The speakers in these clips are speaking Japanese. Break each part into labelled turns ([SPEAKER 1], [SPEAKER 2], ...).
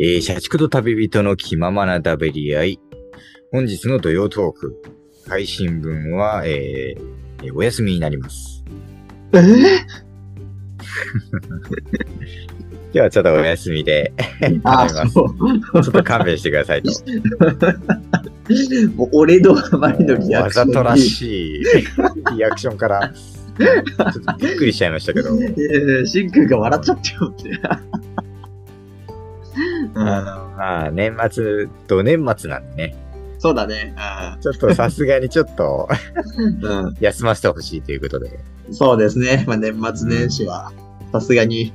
[SPEAKER 1] えー社畜と旅人の気ままなだべり合い。本日の土曜トーク、配信分は、えーえーお休みになります。
[SPEAKER 2] ええ
[SPEAKER 1] 今日はちょっとお休み で、
[SPEAKER 2] あ、
[SPEAKER 1] 頼みます
[SPEAKER 2] そう。
[SPEAKER 1] ちょっと勘弁してくださいと。
[SPEAKER 2] もう俺のあまりのリア
[SPEAKER 1] わ
[SPEAKER 2] クショ
[SPEAKER 1] ざ
[SPEAKER 2] ンに。
[SPEAKER 1] とらしい リアクションから、ちょっとびっくりしちゃいましたけど。
[SPEAKER 2] いやいや。しんくんが笑っちゃってよって。うん
[SPEAKER 1] まあ、年末、と年末なんでね、
[SPEAKER 2] そうだね。あ
[SPEAKER 1] ちょっとさすがにちょっと
[SPEAKER 2] ー
[SPEAKER 1] 休ませてほしいということで、
[SPEAKER 2] うん、そうですね。まあ、年末年始は、さすがに。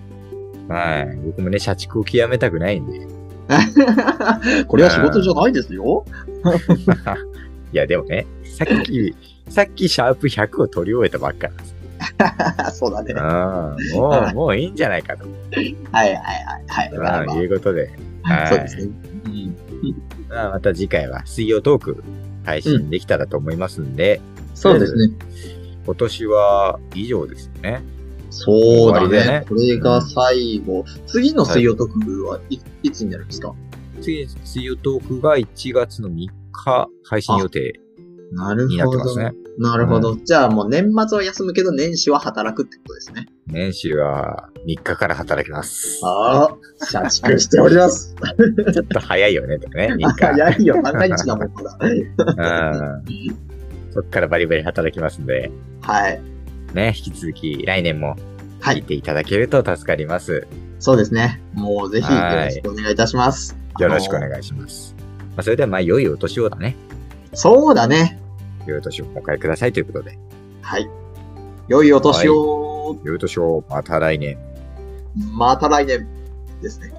[SPEAKER 1] はい。僕もね、社畜を極めたくないんで。
[SPEAKER 2] これは仕事じゃないですよ。
[SPEAKER 1] いや、でもね、さっき、さっきシャープ100を取り終えたばっかりです。
[SPEAKER 2] そうだね。は
[SPEAKER 1] うん。もう、もういいんじゃないかと。
[SPEAKER 2] いはいはいはい。まあ
[SPEAKER 1] ま
[SPEAKER 2] ま
[SPEAKER 1] あ、いうことで、は
[SPEAKER 2] あ、
[SPEAKER 1] い
[SPEAKER 2] そうですね。うん
[SPEAKER 1] まあ、また次回は水曜トーク配信できたらと思いますんで、
[SPEAKER 2] そうですね。
[SPEAKER 1] 今年は以上ですよね。
[SPEAKER 2] そうだ
[SPEAKER 1] 終わりだ
[SPEAKER 2] ね
[SPEAKER 1] ね。
[SPEAKER 2] これが最後。次の水曜特区はいいつになるんですか
[SPEAKER 1] 次、水曜トークが1月の3日配信予定
[SPEAKER 2] なる
[SPEAKER 1] になっ
[SPEAKER 2] ほ
[SPEAKER 1] てます
[SPEAKER 2] ど。
[SPEAKER 1] ね。
[SPEAKER 2] なるほど。じゃあもう年末は休むけど年始は働くってことですね。
[SPEAKER 1] 年始は3日から働きます。
[SPEAKER 2] ああ、社畜しております。
[SPEAKER 1] ちょっと早いよね、でもね、3 日。
[SPEAKER 2] 早いよ、万が一だもん、まだ。
[SPEAKER 1] うん。そっからバリバリ働きますんで、
[SPEAKER 2] はい。
[SPEAKER 1] ね、引き続き来年も
[SPEAKER 2] は
[SPEAKER 1] 聞い
[SPEAKER 2] い。
[SPEAKER 1] ていただけると助かります。
[SPEAKER 2] そうですね。もうぜひよ
[SPEAKER 1] は
[SPEAKER 2] ろ
[SPEAKER 1] い
[SPEAKER 2] しくお願いいたします。
[SPEAKER 1] よろしくお
[SPEAKER 2] い。
[SPEAKER 1] 願いします。まあ、それでは、まあ、良いお年をだね。
[SPEAKER 2] そうだね。
[SPEAKER 1] 良いお年をお迎えくださいということで。
[SPEAKER 2] はい。良いお年を、
[SPEAKER 1] 良いお年を、また来年。
[SPEAKER 2] また来年ですね。